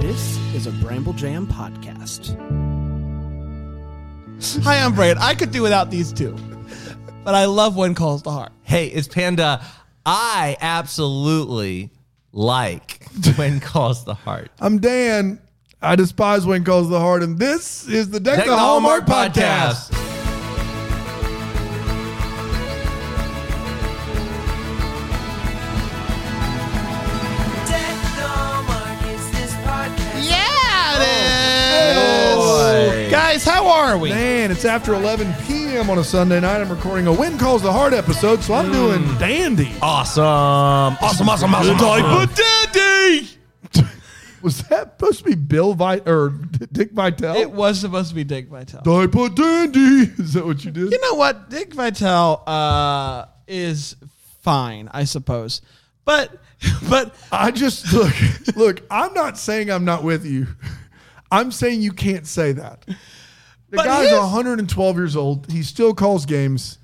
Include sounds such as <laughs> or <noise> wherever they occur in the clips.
This is a Bramble Jam podcast. Hi, I'm Brad. I could do without these two, but I love When Calls the Heart. Hey, it's Panda. I absolutely like when calls the heart. I'm Dan. I despise when calls the heart, and this is the Deck, the Hallmark, podcast. Yeah, it is. Boy. Guys, how are we? Man, it's after 11 p.m. on a Sunday night. I'm recording a When Calls the Heart episode, so I'm doing dandy. Awesome. Awesome, awesome, awesome. awesome. Daddy. Was that supposed to be Bill Vite or Dick Vitale? It was supposed to be Dick Vitale. I put dandy. Is that what you did? You know what? Dick Vitale uh, is fine, I suppose, but <laughs> but I just <laughs> look, look. I'm not saying I'm not with you. I'm saying you can't say that. The But guy's his- 112 years old. He still calls games.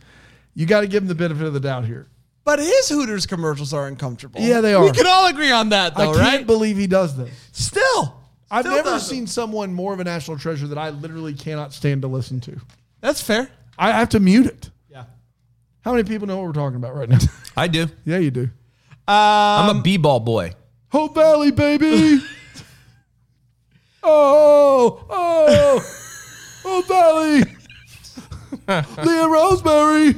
You got to give him the benefit of the doubt here. but his Hooters commercials are uncomfortable. Yeah, they We are. can all agree on that, I though, can't right? believe he does this. Still, I've Still never does it. seen someone more of a national treasure that I literally cannot stand to listen to. that's fair. I have to mute it. Yeah. How many people know what we're talking about right now? <laughs> I do. yeah, you do. Uh, I'm a b-ball boy. Hope Valley, <laughs> baby. oh, oh, <laughs> Hope Valley. Leah Rosemary.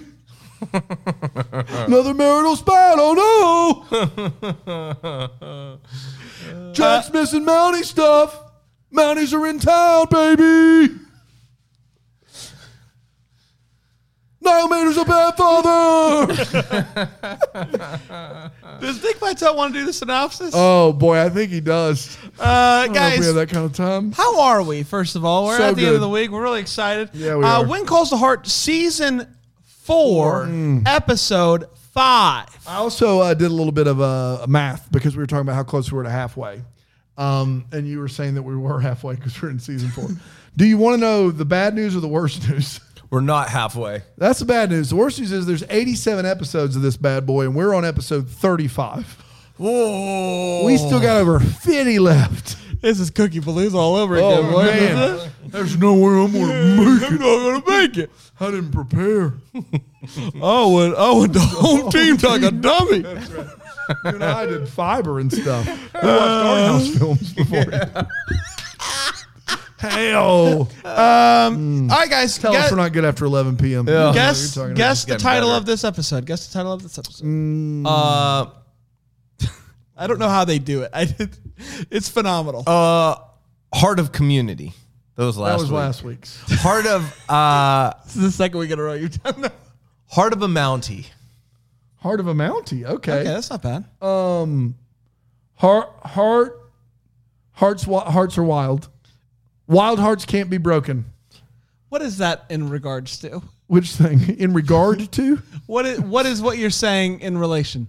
Another marital spat. Oh <laughs> no. Jack's missing Mountie stuff. Mounties are in town, baby. Niall Mater's a bad father. does Dick Vitale want to do the synopsis? <laughs> oh boy, I think he does. Uh, I don't know if guys, we have that kind of time. How are we, first of all? We're So at the end of good. the week. We're really excited. Yeah, we uh, are. When Calls the Heart, Season 4, Mm. Episode 5. I also uh, did a little bit of uh, math because we were talking about how close we were to halfway. Um, and you were saying that we were <laughs> halfway because we're in season <laughs> four. Do you want to know the bad news or the worst <laughs> news? We're not halfway. That's the bad news. The worst news is there's 87 episodes of this bad boy, and we're on episode 35. Whoa. Oh. We still got over 50 left. This is Cookie Baloo's all over again. boy. Oh, man. There's no way I'm going to make I'm not going to make it. I didn't prepare. Oh, and, oh, and the <laughs> home team's like a dummy. You and I did fiber and stuff. We watched our Uh, house films before. <laughs> Hell. Um, All right, guys. Tell guess us we're not good after 11 p.m. guess, You're talking guess the Getting title better. of this episode. Guess the title of this episode. Uh, <laughs> I don't know how they do it. I <laughs> did, it's phenomenal. uh, heart of community. That was last That was week. last week's. <laughs> Heart of, uh, this is the second week in a row you've done that. heart of a Mountie. Heart of a Mountie. Okay. Okay, that's not bad. Um, heart, heart, hearts, wi- hearts are wild. Wild hearts can't be broken. What is that in regards to? Which thing? <laughs> In regard to? What is what is what you're saying in relation?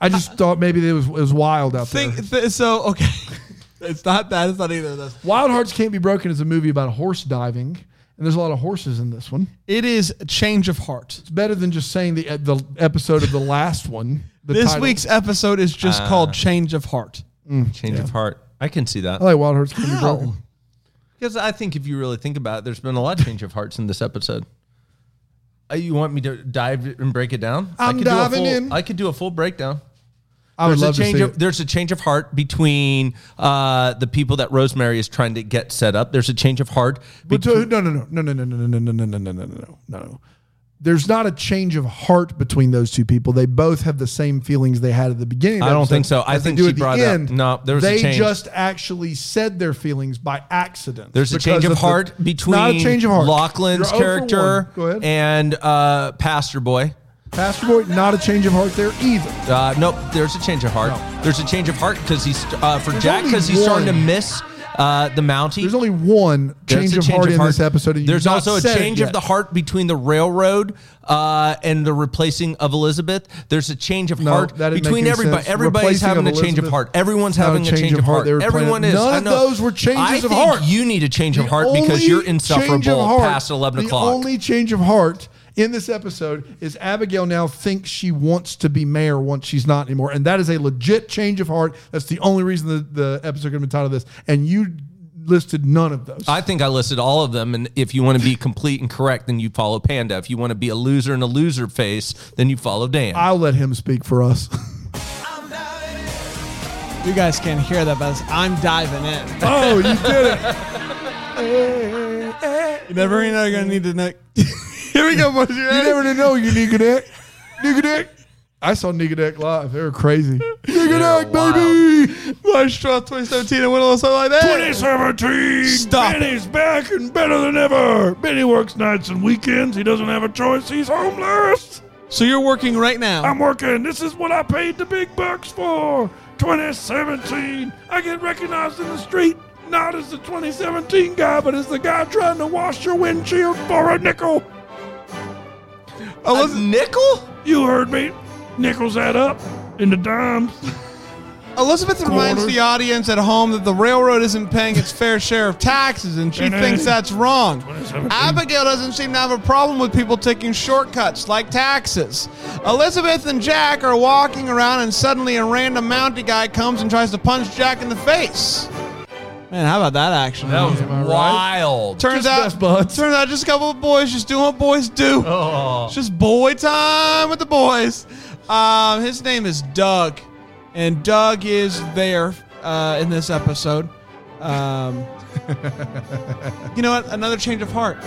I just <laughs> thought maybe it was it was wild out there. Think th- so. Okay, <laughs> it's not that. It's not either of those. Wild hearts can't be broken is a movie about horse diving, and there's a lot of horses in this one. It is a change of heart. It's better than just saying the the episode of the last one. the This title. Mm, week's episode is just called "Change of Heart." Change of heart. Uh, I can see that. I like Wild Hearts Can Be How? Broken. Because I think if you really think about it, there's been a lot of change of hearts in this episode. Uh, you want me to dive and break it down? I I'm could do a diving full- in. I could do a full breakdown. I would There's a love to change see of, it. there's a change of heart between uh, the people that Rosemary is trying to get set up. There's a change of heart. But between- to, no, no, no, no, no, no, no, no, no, no, no, no, no, no, no, no. There's not a change of heart between those two people. They both have the same feelings they had at the beginning. of I the don't episode think so. I as they think do she at the brought up- no, there was a they change. just actually said their feelings by accident. there's a because change of, the- heart between not a change of heart. Lachlan's You're 0 for character one. Go ahead. and uh, Pastor Boy. Pastor Boy, not a change of heart there either. Uh, nope, there's a change of heart. There's a change of heart because he's uh, for Jack only because he's starting to one. miss uh, the Mountie. There's only one There's change, a of, heart in this episode. and you've There's not also a said it change of yet. the heart between the railroad uh, and the replacing of Elizabeth. There's a change of No, heart that didn't make between any everybody. sense. Everybody's Replacing having a of change of Elizabeth, heart. Everyone's not a having a change of heart. They were Everyone planning- is. None I of know. those were changes I of think heart. You need a change of The heart because only you're change of insufferable heart- past eleven The o'clock. only change of heart in this episode is Abigail now thinks she wants to be mayor once she's not anymore. And that is a legit change of heart. That's the only reason the, the episode could have been titled this. And you listed none of those. I think I listed all of them. And if you want to be complete and correct, then you follow Panda. If you want to be a loser and a loser face, then you follow Dan. I'll let him speak for us. <laughs> You guys can't hear that, but I'm diving in. oh, you did <laughs> it. You never even know you're gonna need to <laughs> know. Here we go, boys. You You ready? never did know you Nigga Dick. Nigga Dick. I saw Nigga Dick live. They were crazy. Nigga Dick, wild. baby. My straw 2017 and win a little something like that. 2017. Stop Benny's back and better than ever. Benny works nights and weekends. He doesn't have a choice. He's homeless. So you're working right now. I'm working. This is what I paid the big bucks for. 2017. I get recognized in the street. Not as the 2017 guy, but as the guy trying to wash your windshield for a nickel. a nickel? You heard me. Nickels add up into dimes. <laughs> Elizabeth reminds the audience at home that the railroad isn't paying its fair share of taxes, and she thinks that's wrong. Abigail doesn't seem to have a problem with people taking shortcuts like taxes. Elizabeth and Jack are walking around, and suddenly a random Mountie guy comes and tries to punch Jack in the face. Man, how about that action? That was Am I right? wild. turns Just out, best buds. turns out, just a couple of boys just doing what boys do. Oh. It's just boy time with the boys. Um, his name is Doug, and Doug is there uh, in this episode. Um, <laughs> you know what? Another change of heart.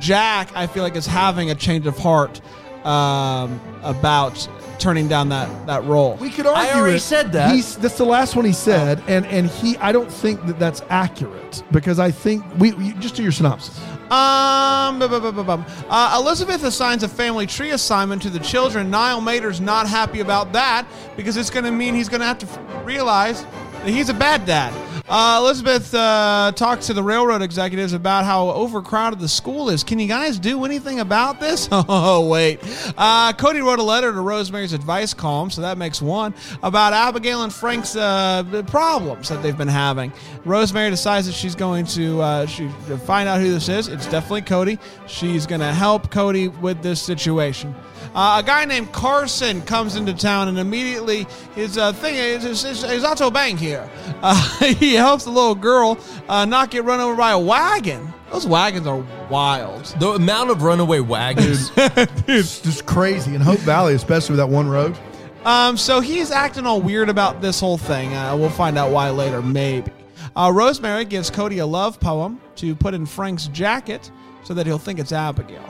Jack, I feel like, is having a change of heart um, about turning down that that role. We could I argue. already it. said that. He's, that's the last one he said, and and he. I don't think that that's accurate because I think we, we just do your synopsis. Um, bum, bum, bum, bum, bum. Uh, Elizabeth assigns a family tree assignment to the children. Niall Mater's not happy about that because it's going to mean he's going to have to f- realize that he's a bad dad. Uh, Elizabeth uh, talks to the railroad executives about how overcrowded the school is. Can you guys do anything about this? <laughs> Oh, wait. Uh, Cody wrote a letter to Rosemary's advice column, so that makes one, about Abigail and Frank's uh, problems that they've been having. Rosemary decides that she's going to uh, she, to find out who this is. It's definitely Cody. She's going to help Cody with this situation. Uh, a guy named Carson comes into town and immediately his uh, thing is his, his, his auto bang here. <laughs> Uh, he helps the little girl uh, not get run over by a wagon. Those wagons are wild. The amount of runaway wagons. It's just crazy in Hope Valley, especially with that one road. Um, so he's acting all weird about this whole thing. Uh, we'll find out why later, maybe. Uh, Rosemary gives Cody a love poem to put in Frank's jacket so that he'll think it's Abigail.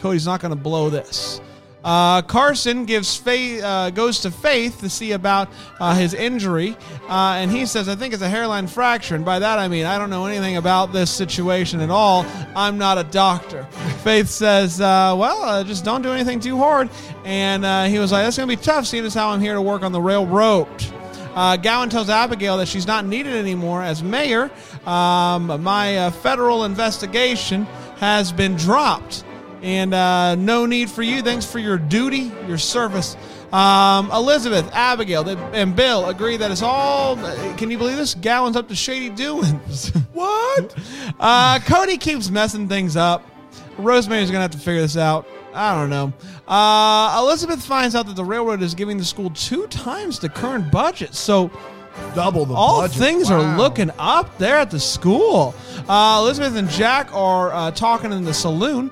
Cody's not going to blow this. Uh, Carson gives Faith, uh, goes to Faith to see about uh, his injury, uh, and he says, "I think it's a hairline fracture." And by that I mean I don't know anything about this situation at all. I'm not a doctor. Faith says, uh, "Well, uh, just don't do anything too hard." And uh, he was like, "That's going to be tough, seeing as how I'm here to work on the railroad." Uh, Gowan tells Abigail that she's not needed anymore as mayor. Um, my uh, federal investigation has been dropped, and uh, no need for you. Thanks for your duty, your service. Um, Elizabeth, Abigail, they- and Bill agree that it's all. Can you believe this? Gowan's up to shady doings. <laughs> what? Uh, Cody keeps messing things up. Rosemary's gonna have to figure this out. I don't know. Uh, Elizabeth finds out that the railroad is giving the school two times the current budget, so Double the all budget. things are Wow. looking up there at the school. Uh, Elizabeth and Jack are uh, talking in the saloon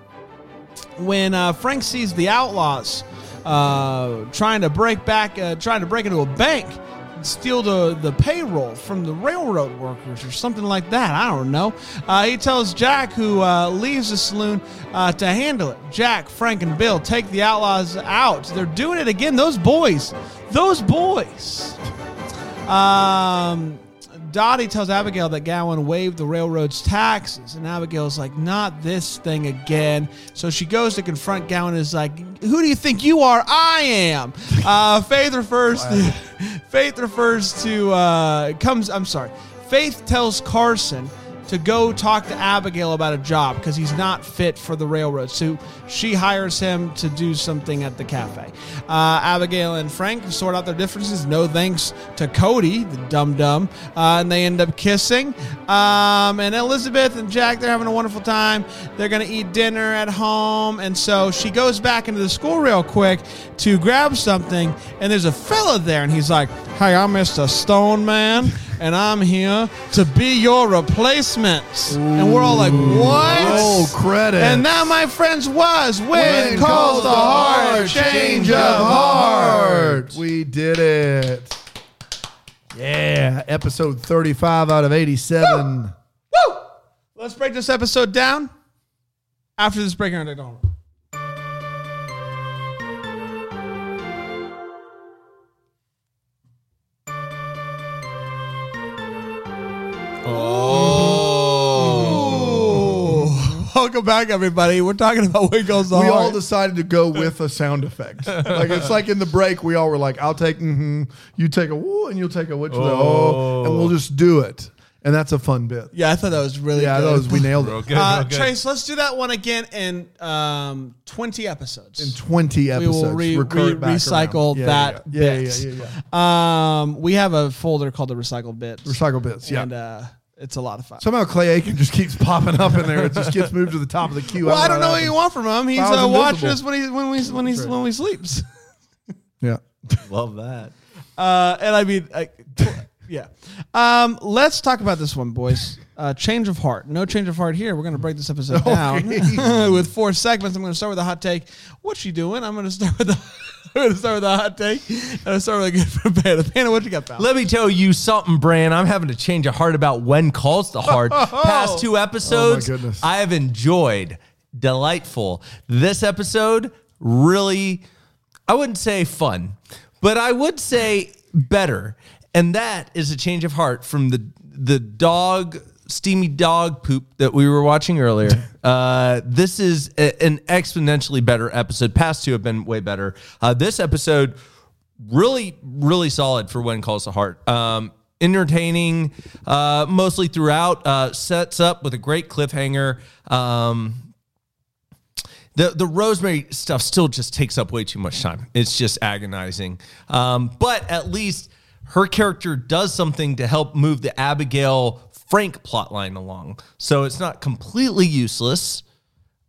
when uh, Frank sees the outlaws uh, trying to break back, uh, trying to break into a bank and steal the, the payroll from the railroad workers or something like that. I don't know. Uh, he tells Jack, who uh, leaves the saloon, uh, to handle it. Jack, Frank, and Bill take the outlaws out. They're doing it again. Those boys, those boys. Um, Dottie tells Abigail that Gowan waived the railroad's taxes, and Abigail's like, "Not this thing again." So she goes to confront Gowan. And is like, "Who do you think you are? I am." Uh, Faith refers to <laughs> Faith refers to uh, comes. I'm sorry. Faith tells Carson to go talk to Abigail about a job because he's not fit for the railroad. So she hires him to do something at the cafe. Uh, Abigail and Frank sort out their differences, no thanks to Cody, the dumb dumb, uh, and they end up kissing. Um, and Elizabeth and Jack, they're having a wonderful time. They're going to eat dinner at home. And so she goes back into the school real quick to grab something. And there's a fella there, and he's like, Hey, I'm Mr. Stone Man, and I'm here to be your replacement. And we're all like, What? Oh, credit. And that, my friends, was When, When Calls the Heart, Change of Heart. We did it. Yeah, episode 35 out of 87. Woo! Let's break this episode down after this break. and I don't- Oh. Welcome back, everybody. We're talking about what goes on. We all decided to go with a sound effect. like it's like in the break, we all were like, "I'll take mm-hmm, you take a woo, and you'll take a which oh. and we'll just do it." And that's a fun bit. yeah, I thought that was really Yeah, good. that <laughs> was we nailed it. Good, uh, real good. Trace, let's do that one again in um, 20 episodes. In Twenty we episodes. will re- recur re- it back recycle around. Yeah, that yeah, yeah, bit. Yeah, yeah, yeah, yeah. Um, we have a folder called the recycled bits, Recycle bits. Yeah. and uh, it's a lot of fun. Somehow Clay Aiken just keeps popping up in there. It just gets moved to the top of the queue. well, I don't know what you want from him. He's I was uh, watching invisible. us when he's when we when he's when we sleeps. Yeah. Love that. Uh, and I mean, I, <laughs> yeah. Um, let's talk about this one, boys. Uh, change of heart. No change of heart here. We're going to break this episode down <laughs> with four segments. I'm going to start with a hot take. What you doing? I'm going to start with the. <laughs> I'm going to start with a hot take. And I'll start with a good <laughs> from Panda. Panda, what you got, pal? Let me tell you something, Bran. I'm having to change a heart about when calls the heart. Past two episodes, goodness. I have enjoyed. Delightful. This episode, really, I wouldn't say fun, but I would say better. And that is a change of heart from the the dog steamy dog poop that we were watching earlier. Uh, this is a- an exponentially better episode. Past two have been way better. Uh, this episode really really solid for when calls the heart um entertaining uh mostly throughout uh sets up with a great cliffhanger um the the rosemary stuff still just takes up way too much time. It's just agonizing. Um, but at least her character does something to help move the Abigail Frank plotline along. So it's not completely useless.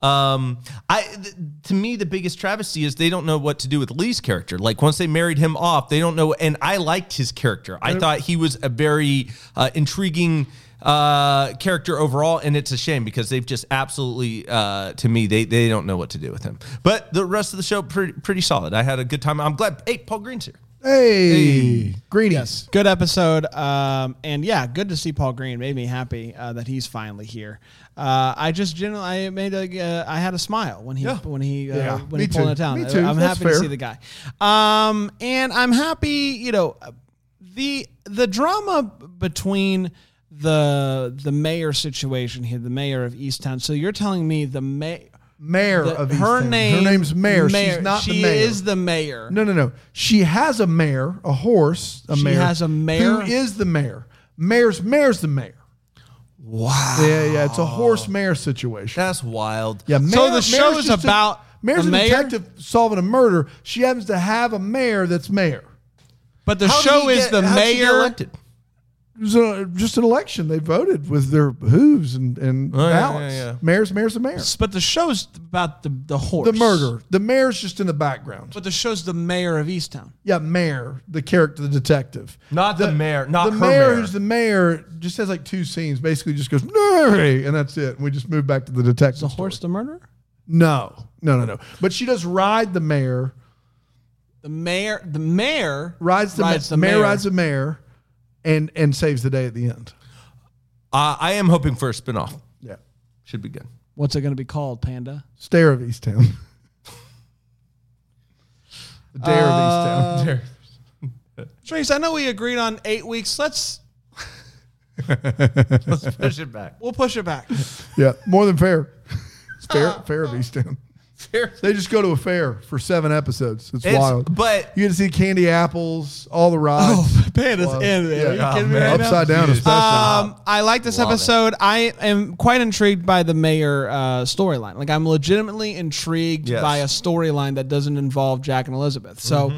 Um, I th- to me the biggest travesty is they don't know what to do with Lee's character. Like once they married him off, they don't know. And I liked his character. I thought he was a very uh, intriguing uh, character overall, and it's a shame because they've just absolutely uh, to me they they don't know what to do with him. But the rest of the show pretty pretty solid. I had a good time. I'm glad. Hey, Paul Green's here. Hey, greetings. Good episode. Um, and yeah, good to see Paul Green. Made me happy uh, that he's finally here. Uh, I just generally, I made a, uh, I had a smile when he, when he, uh, Yeah. when he Me pulled too. it down. Me too. I'm That's happy to fair. see the guy. Um, and I'm happy, you know, uh, the, the drama between the, the mayor situation here, the mayor of Easttown. So you're telling me the mayor, Mayor of East her Town. name, Her name's Mayor. She's not she the mayor. is the mayor. No, no, no. She has a mayor, a horse, a She mayor. has a mare? Who is the mayor? Mayor's mayor's the mayor. Wow. Yeah, yeah. It's a horse mayor situation. That's wild. yeah. Mayor, So the mayor's show is just a- about mayor's a a mayor? detective solving a murder. She happens to have a mayor that's mayor. But the How did show he is get- the how'd she get mayor. elected? It was a, just an election. They voted with their hooves and and Oh, yeah, yeah, ballots. yeah. Mayor's mayor's the mayor. But the show's about the the horse. The murder. The mayor's just in the background. But the show's the mayor of Easttown. Yeah, mayor, the character, the detective. Not the mayor, not the her mayor, mayor. who's the mayor. Just has like two scenes. Basically, just goes Mary, and that's it. We just move back to the detective. The horse, the murderer. No, no, no, no. But she does ride the mayor. The mayor. The mayor Rides the, ma- mayor. Rides the mayor, and and saves the day at the end. Uh, I am hoping for a spinoff. Yeah, Should be good. What's it going to be called, Panda? stare of East Town. <laughs> the dare of East Town. Trace, I know we agreed on eight weeks. Let's Let's push it back. <laughs> we'll push it back. <laughs> <laughs> Yeah, more than fair. It's fair, fair of East Town. They just go to a fair for seven episodes. It's, It's- wild. but- you get to see candy apples, all the rides. Oh, man, it's Wow. in there. Are you Yeah. kidding Oh, me man. right now? Upside down, Dude. especially. Um, I like this Love it. episode. I am quite intrigued by the mayor uh, storyline. Like, I'm legitimately intrigued Yes. by a storyline that doesn't involve Jack and Elizabeth. So,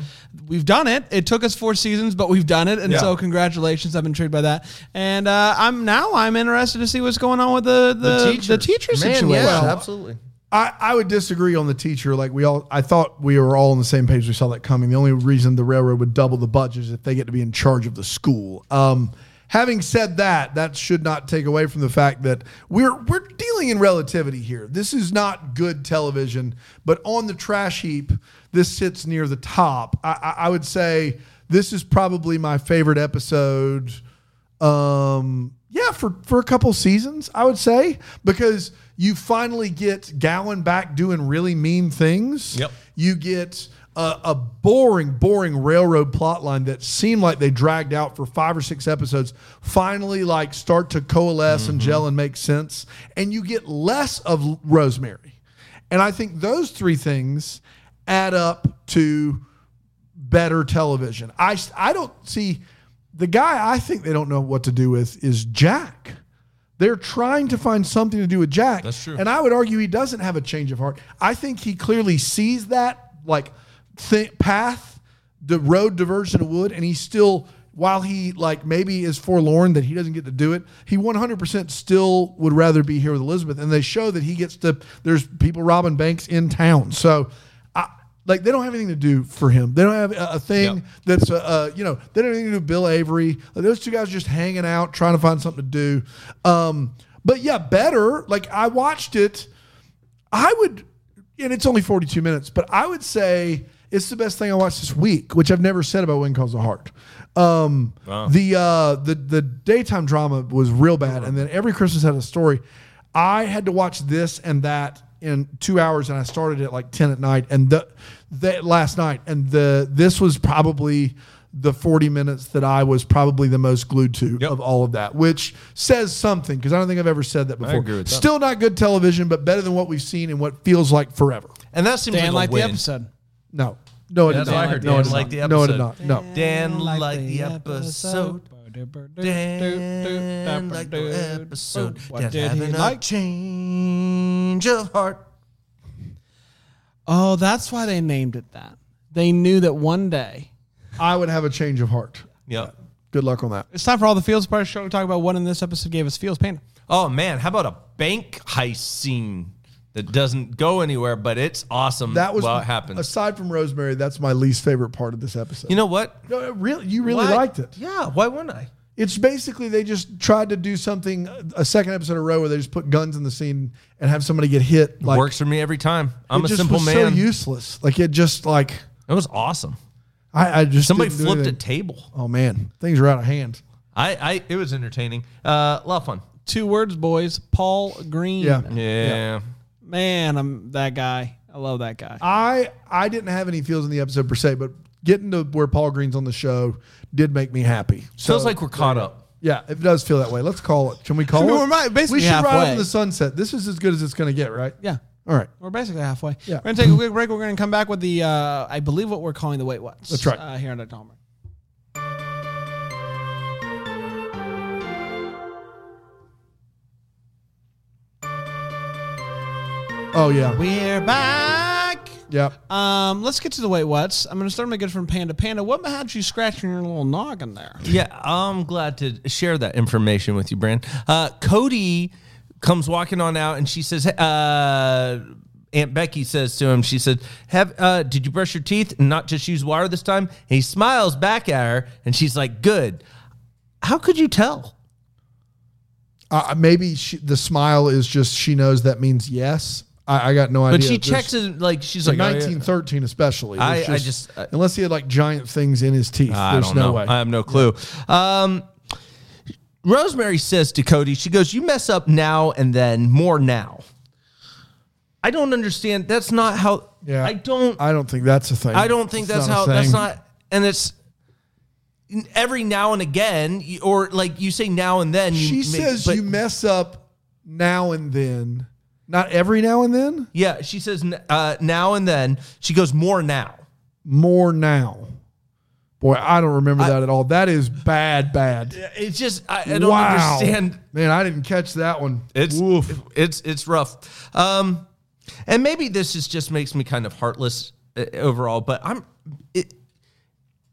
we've done it. It took us four seasons, but we've done it. And Mm-hmm. Yeah. so, congratulations. I'm intrigued by that. And uh, I'm now I'm interested to see what's going on with the the, the, teacher. situation. absolutely. I, I would disagree on the teacher. Like we all, I thought we were all on the same page. We saw that coming. The only reason the railroad would double the budget is if they get to be in charge of the school. Um, having said that, that should not take away from the fact that we're we're dealing in relativity here. This is not good television, but on the trash heap, this sits near the top. I, I, I would say this is probably my favorite episode. Um, yeah, for for a couple seasons, I would say, because you finally get Gowan back doing really mean things. Yep. You get a, a boring, boring railroad plot line that seemed like they dragged out for five or six episodes. Finally, like start to coalesce and gel and make sense, and you get less of Rosemary. And I think those three things add up to better television. I, I don't see the guy I think they don't know what to do with is Jack. They're trying to find something to do with Jack. That's true. And I would argue he doesn't have a change of heart. I think he clearly sees that like th- path, the road diverges into wood, and he still, while he like maybe is forlorn that he doesn't get to do it, he 100% still would rather be here with Elizabeth. And they show that he gets to, there's people robbing banks in town. So I, like they don't have anything to do for him. They don't have a, a thing Yep. that's uh, uh, you know they don't have anything to do. with Bill Avery, Like, those two guys are just hanging out, trying to find something to do. Um, but yeah, better. Like I watched it, I would, and it's only forty two minutes, but I would say it's the best thing I watched this week, which I've never said about When Calls the Heart. Um, The uh, the the daytime drama was real bad, and then every Christmas had a story. I had to watch this and that in two hours, and I started at like ten at night, and the, that last night, and the this was probably the forty minutes that I was probably the most glued to Yep. of all of that, which says something because I don't think I've ever said that before. agree with that. Still not good television, but better than what we've seen and what feels like forever. And that seems Dan like liked a the win. episode. No, no, it did That's what I not. heard. No, it Dan did liked the not. No, it did not. episode. No. Dan liked the episode. Dan liked the episode. What Dad did he having a like? change of heart. Oh, that's why they named it that. They knew that one day I would have a change of heart. Yep. Good luck on that. It's time for all the Fields part of the show to talk about what in this episode gave us Fields Panda. Oh man, how about a bank heist scene that doesn't go anywhere, but it's awesome. That was while it happens. Aside from Rosemary, that's my least favorite part of this episode. you know what? no, it really, you really Why- liked it. Yeah. Why wouldn't I? It's basically they just tried to do something a second episode in a row where they just put guns in the scene and have somebody get hit. Like Works for me every time. I'm it a just simple was man. So useless. Like it just like It was awesome. I, I just Somebody didn't do flipped a anything. table. Oh man, things are out of hand. I, I it was entertaining. Uh, a lot of fun. Two words, boys. Paul Mm. Green. Yeah. Yeah. Man, I'm that guy. I love that guy. I I didn't have any feels in the episode per se, but getting to where Paul Green's on the show did make me happy. So Feels like we're caught up. yeah, it does feel that way. Let's call it. Can we call I mean, it? we're right- basically we should ride halfway. off in the sunset. This is as good as it's going to get, right? yeah. All right. We're basically halfway. Yeah. We're going to take a quick break. We're going to come back with the, uh, I believe what we're calling the Wait What's. That's right. Uh, here on Dr. Homer. Oh yeah. We're back. Yeah. Um, let's get to the Wait What's. I'm going to start with my good friend Panda. Panda, what had you scratching your little noggin there? Yeah, I'm glad to share that information with you, Brand. Uh, Cody comes walking on out, and she says, "Hey, uh, "Aunt Becky says to him, she said, Have, uh, did you brush your teeth and not just use water this time?'" And he smiles back at her, and she's like, "Good." How could you tell? Uh, maybe she, the smile is just she knows that means yes. I, I got no idea. But she There's- checks it like she's in like, "Oh, yeah." 1913, especially. I- There's I just- I- unless he had like giant things in his teeth, I there's don't no know. way. I have no clue. Um, Rosemary says to Cody, she goes, "You mess up now and then, more now." I don't understand. That's not how. yeah, I don't. I, I don't think that's a thing. don't think It's that's not how. a That's thing. not. And it's every now and again, you- or like you say now and then. you She make- says but you mess up now and then, Not every now and then, Yeah, she says n- uh, now and then. She goes more now. more now. Boy, I don't remember that at all. That is bad, bad. It's just I, I don't understand. Man, I didn't catch that one. It's Woof. it's it's rough. Um, and maybe this is just makes me kind of heartless uh, overall. But I'm it.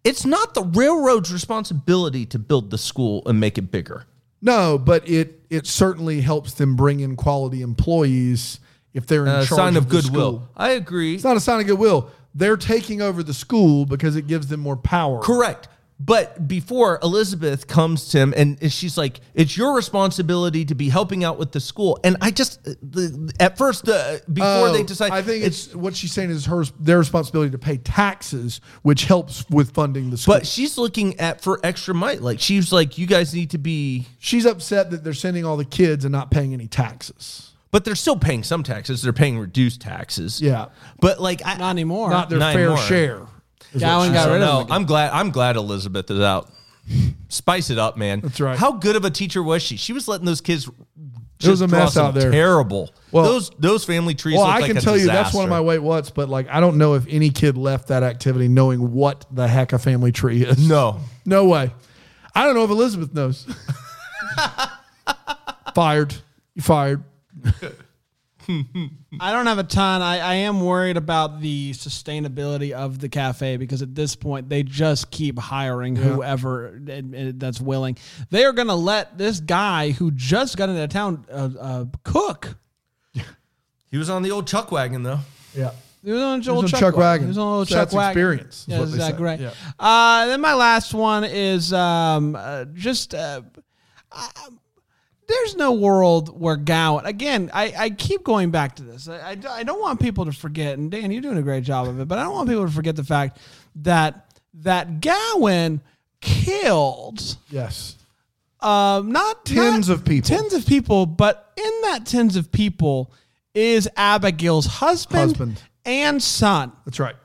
It's not the railroad's responsibility to build the school and make it bigger. No, but it it certainly helps them bring in quality employees if they're in A charge sign of, the goodwill. school. I agree. It's not a sign of goodwill. They're taking over the school because it gives them more power. Correct. But before Elizabeth comes to him and and she's like, "It's your responsibility to be helping out with the school." And I just uh, the, at first the before Oh, they decide, I think it's, what she's saying is her their responsibility to pay taxes, which helps with funding the school. But she's looking at for extra might. Like she's like, "You guys need to be," she's upset that they're sending all the kids and not paying any taxes. but they're still paying some taxes. They're paying reduced taxes. Yeah, But like, I, Not anymore. not their Nine fair more. share. Gowan I got don't rid know. of him. I'm glad. I'm glad Elizabeth is out. Spice it up, man. That's right. How good of a teacher was she? She was letting those kids. Just was a draw mess some out there. Terrible. Well- those those family trees. Well, look I like can a tell you that's one of disaster. my wait what's, but like I don't know if any kid left that activity knowing what the heck a family tree is. No. No way. I don't know if Elizabeth <laughs> knows. fired. You fired. I don't have a ton. I, I am worried about the sustainability of the cafe because at this point they just keep hiring whoever eh, eh, that's willing. They are going to let this guy who just got into town uh, uh, cook. He was on the old chuck wagon though. Yeah. He was on Joel on Chuck, Chuck Wagon. Wagon. He was on old So Chuck that's Wagon. experience, is Yeah, what that's they say. exactly right. Yeah. Uh, then my last one is um, uh, just. Uh, I- there's no world where Gowan. Again, I, I keep going back to this. I, I, I don't want people to forget, and Dan, you're doing a great job of it, but I don't want people to forget the fact that that Gowan killed Yes. um, not Tens not- of people. tens of people, but in that tens of people is Abigail's husband, Husband. and son, That's right.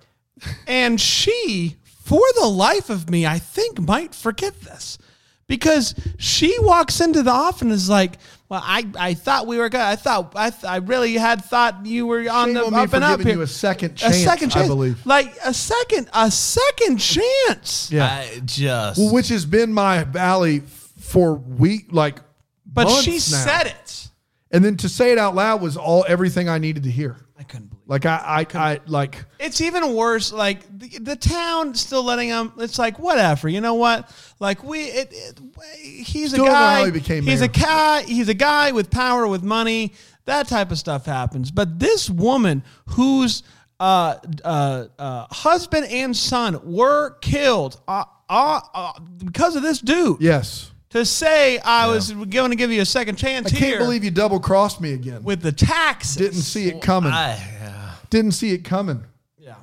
and she, for the life of me, I think might forget this. Because she walks into the office and is like, "Well, I, I thought we were good. I thought I, th- I really had thought you were on Shame the on me up for and up giving here. you a second chance, I believe. like a second, a second chance. Yeah. I just Well, which has been my alley for week like but she months now. said it. And then to say it out loud was all everything I needed to hear. I couldn't believe. Like I I, I like It's even worse. Like the, the town still letting him. It's like whatever. You know what? Like we. It, it, he's a Still don't know guy. how he became he's a mayor. guy. He's a guy with power, with money. That type of stuff happens. But this woman, whose uh, uh, uh, husband and son were killed uh, uh, uh, because of this dude, yes. to say I was going to give you a second chance I here can't believe you double crossed me again. with the taxes. Didn't see it coming. I, uh, Didn't see it coming. Yeah.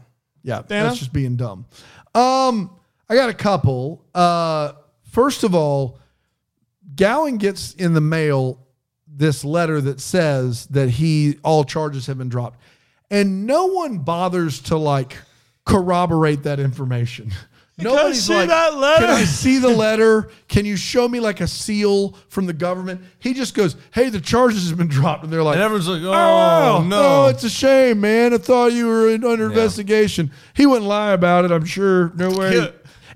Yeah, Dana? that's just being dumb. Um, I got a couple. Uh, first of all, Gowan gets in the mail this letter that says that he all charges have been dropped, and no one bothers to like corroborate that information. Nobody's see like, that letter?" "Can I see the letter? Can you show me like a seal from the government?" He just goes, "Hey, the charges have been dropped," and they're like, and everyone's like, Oh, oh, no. Oh, it's a shame, man. I thought you were in, under investigation. He wouldn't lie about it, I'm sure. No way. Yeah.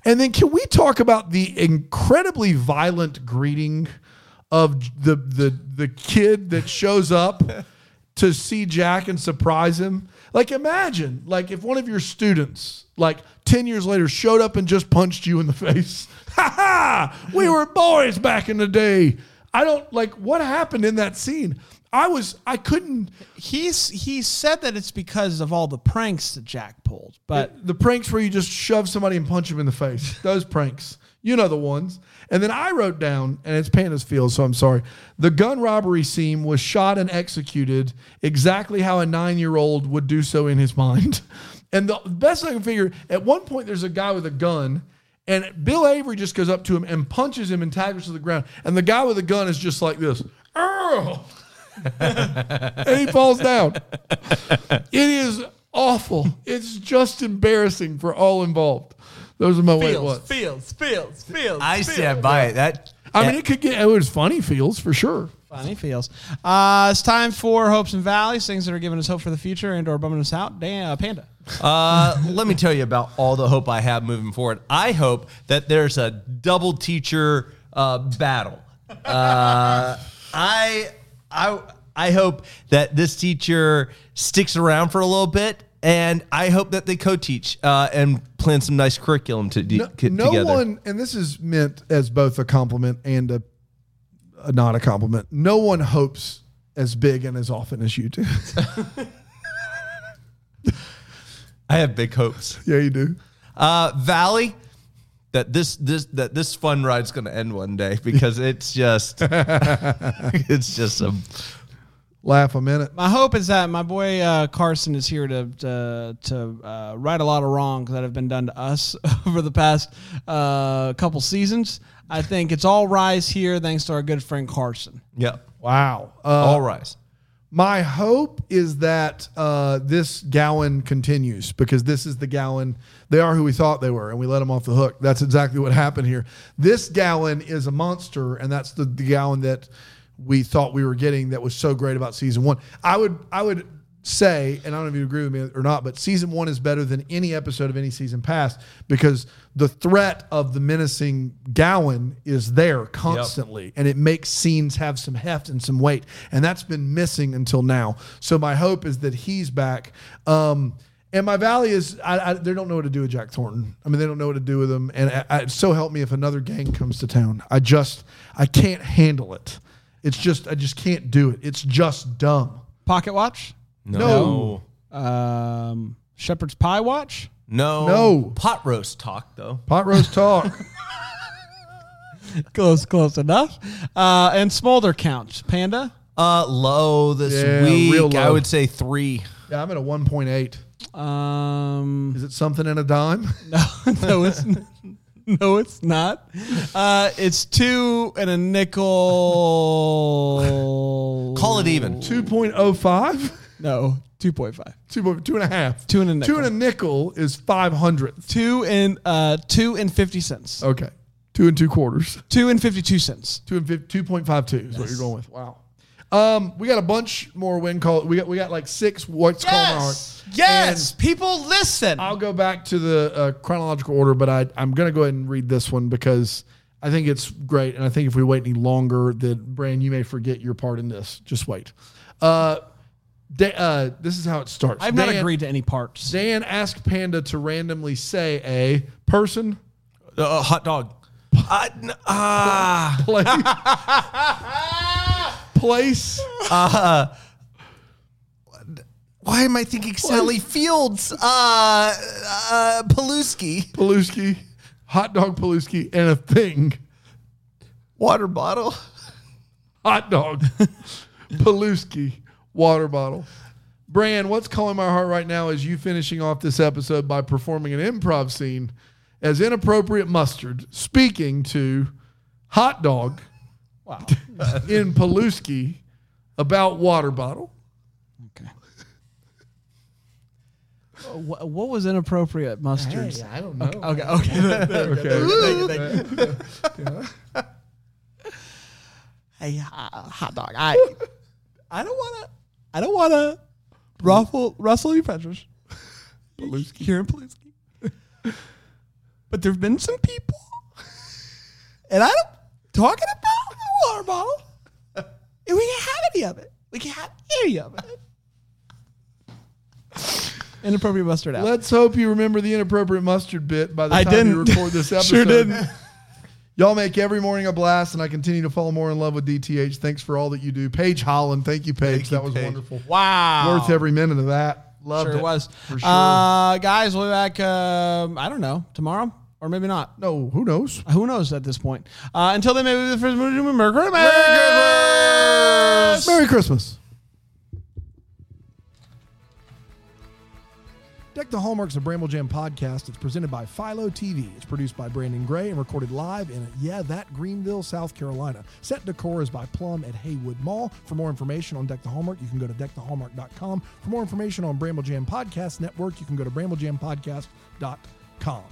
And then can we talk about the incredibly violent greeting of the the the kid that shows up to see Jack and surprise him? Like imagine, like if one of your students, like 10 years later, showed up and just punched you in the <laughs> face. Ha ha! We were boys back in the day. I don't like what happened in that scene. I was I couldn't He's he said that it's because of all the pranks that Jack pulled, but the pranks where you just shove somebody and punch them in the face. Those pranks. You know the ones. And then I wrote down, and it's Panda's Field, so I'm sorry. The gun robbery scene was shot and executed exactly how a nine year old would do so in his mind. <laughs> And the best I can figure, at one point, there's a guy with a gun, and Bill Avery just goes up to him and punches him and tackles to the ground. And the guy with the gun is just like this. <laughs> Oh! and he falls down. It is awful. It's just embarrassing for all involved. Those are my way it was. feels, feels, feels. I stand by it. That I mean, it could get it was funny feels for sure. Funny feels. Uh, it's time for hopes and valleys, things that are giving us hope for the future and or bumming us out. Dan, uh, Panda. Uh, let me tell you about all the hope I have moving forward. I hope that there's a double teacher uh, battle. Uh, I I I hope that this teacher sticks around for a little bit, and I hope that they co-teach uh, and plan some nice curriculum to No, co- no together. one, and this is meant as both a compliment and a, a not a compliment. No one hopes as big and as often as you do. <laughs> I have big hopes. yeah, you do. Uh, Valley, that this this that this fun ride's going to end one day because it's just <laughs> it's just a Laugh a minute. My hope is that my boy uh, Carson is here to to, to uh, right a lot of wrongs that have been done to us <laughs> over the past uh, couple seasons. I think it's all rise here thanks to our good friend Carson. yeah. Wow. Uh, All rise. My hope is that uh, this Gowan continues because this is the Gowan. They are who we thought they were, and we let them off the hook. That's exactly what happened here. This Gowan is a monster, and that's the, the Gowan that we thought we were getting that was so great about season one. I would I would say, and I don't know if you agree with me or not, but season one is better than any episode of any season past because the threat of the menacing Gowan is there constantly constantly, and it makes scenes have some heft and some weight and that's been missing until now so my hope is that he's back um and my valley is I, I they don't know what to do with jack thornton i mean they don't know what to do with him and I, I, so help me if another gang comes to town i just i can't handle it it's just i just can't do it it's just dumb Pocket watch, No. um, shepherd's pie watch. <laughs> No. No. Pot roast talk though. pot roast talk <laughs> close, close enough. Uh, and smolder count, Panda. Uh low this Yeah, week. real I low. would say 3. yeah i'm at a 1.8 Um, <laughs> is it something and a dime <laughs> no, no, it's n- <laughs> no, it's not. Uh, it's two and a nickel. <laughs> Call it even. 2.05 No, two point five. Two, two and a half. Two and a Two and a nickel is five hundredth. Two and uh, two and fifty cents. Okay. Two and two quarters. Two and fifty-two cents. Two and fif- two point five two is what you're going with. Wow. Um, we got a bunch more win call. We got we got like six what's called yes. People listen. I'll go back to the uh, chronological order, but I I'm gonna go ahead and read this one because I think it's great, and I think if we wait any longer, then Brand, you may forget your part in this. Just wait. Uh, da- uh, this is how it starts. I've not Dan- agreed to any parts. Dan asked Panda to randomly say a person, Uh, hot dog. Uh, n- ah. place, place, why am I thinking Sally Fields? Uh, uh Paluski. Paluski, hot dog Paluski, and a thing. Water bottle. Hot dog, <laughs> Paluski, water bottle. Bran, what's calling my heart right now is you finishing off this episode by performing an improv scene as inappropriate mustard, speaking to hot dog Wow. <laughs> in Paluski about water bottle. Okay. What, what was inappropriate mustard? I don't know. Okay, okay. hey, hot dog. I, I don't wanna, I don't wanna ruffle rustle your feathers. Here in Paluski. But there've been some people, and I'm talking about the water bottle, and we can't have any of it. We can't have any of it. Inappropriate mustard out. Let's hope you remember the inappropriate mustard bit by the I time you didn't. record this episode. <laughs> Sure didn't. Y'all make every morning a blast, and I continue to fall more in love with DTH. Thanks for all that you do. Paige Holland, thank you, Paige. that was wonderful. Wow. Worth every minute of that. Loved Sure it. it was. For sure. Uh, guys, we'll be back, um, I don't know, tomorrow or maybe not. no, who knows? Who knows at this point? Uh, until then, maybe the first movie to Merry Christmas! Merry Christmas. Deck the Hallmarks of Bramble Jam podcast. It's presented by Philo TV. It's produced by Brandon Gray and recorded live in, yeah, that Greenville, South Carolina. Set decor is by Plum at Haywood Mall. For more information on Deck the Hallmark, you can go to deckthehallmark.com. For more information on Bramble Jam Podcast Network, you can go to bramblejampodcast.com.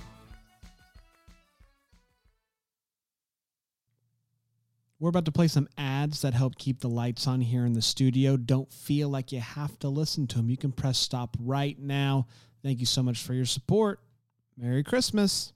We're about to play some ads. ads that help keep the lights on here in the studio. Don't feel like you have to listen to them. You can press stop right now. Thank you so much for your support. Merry Christmas.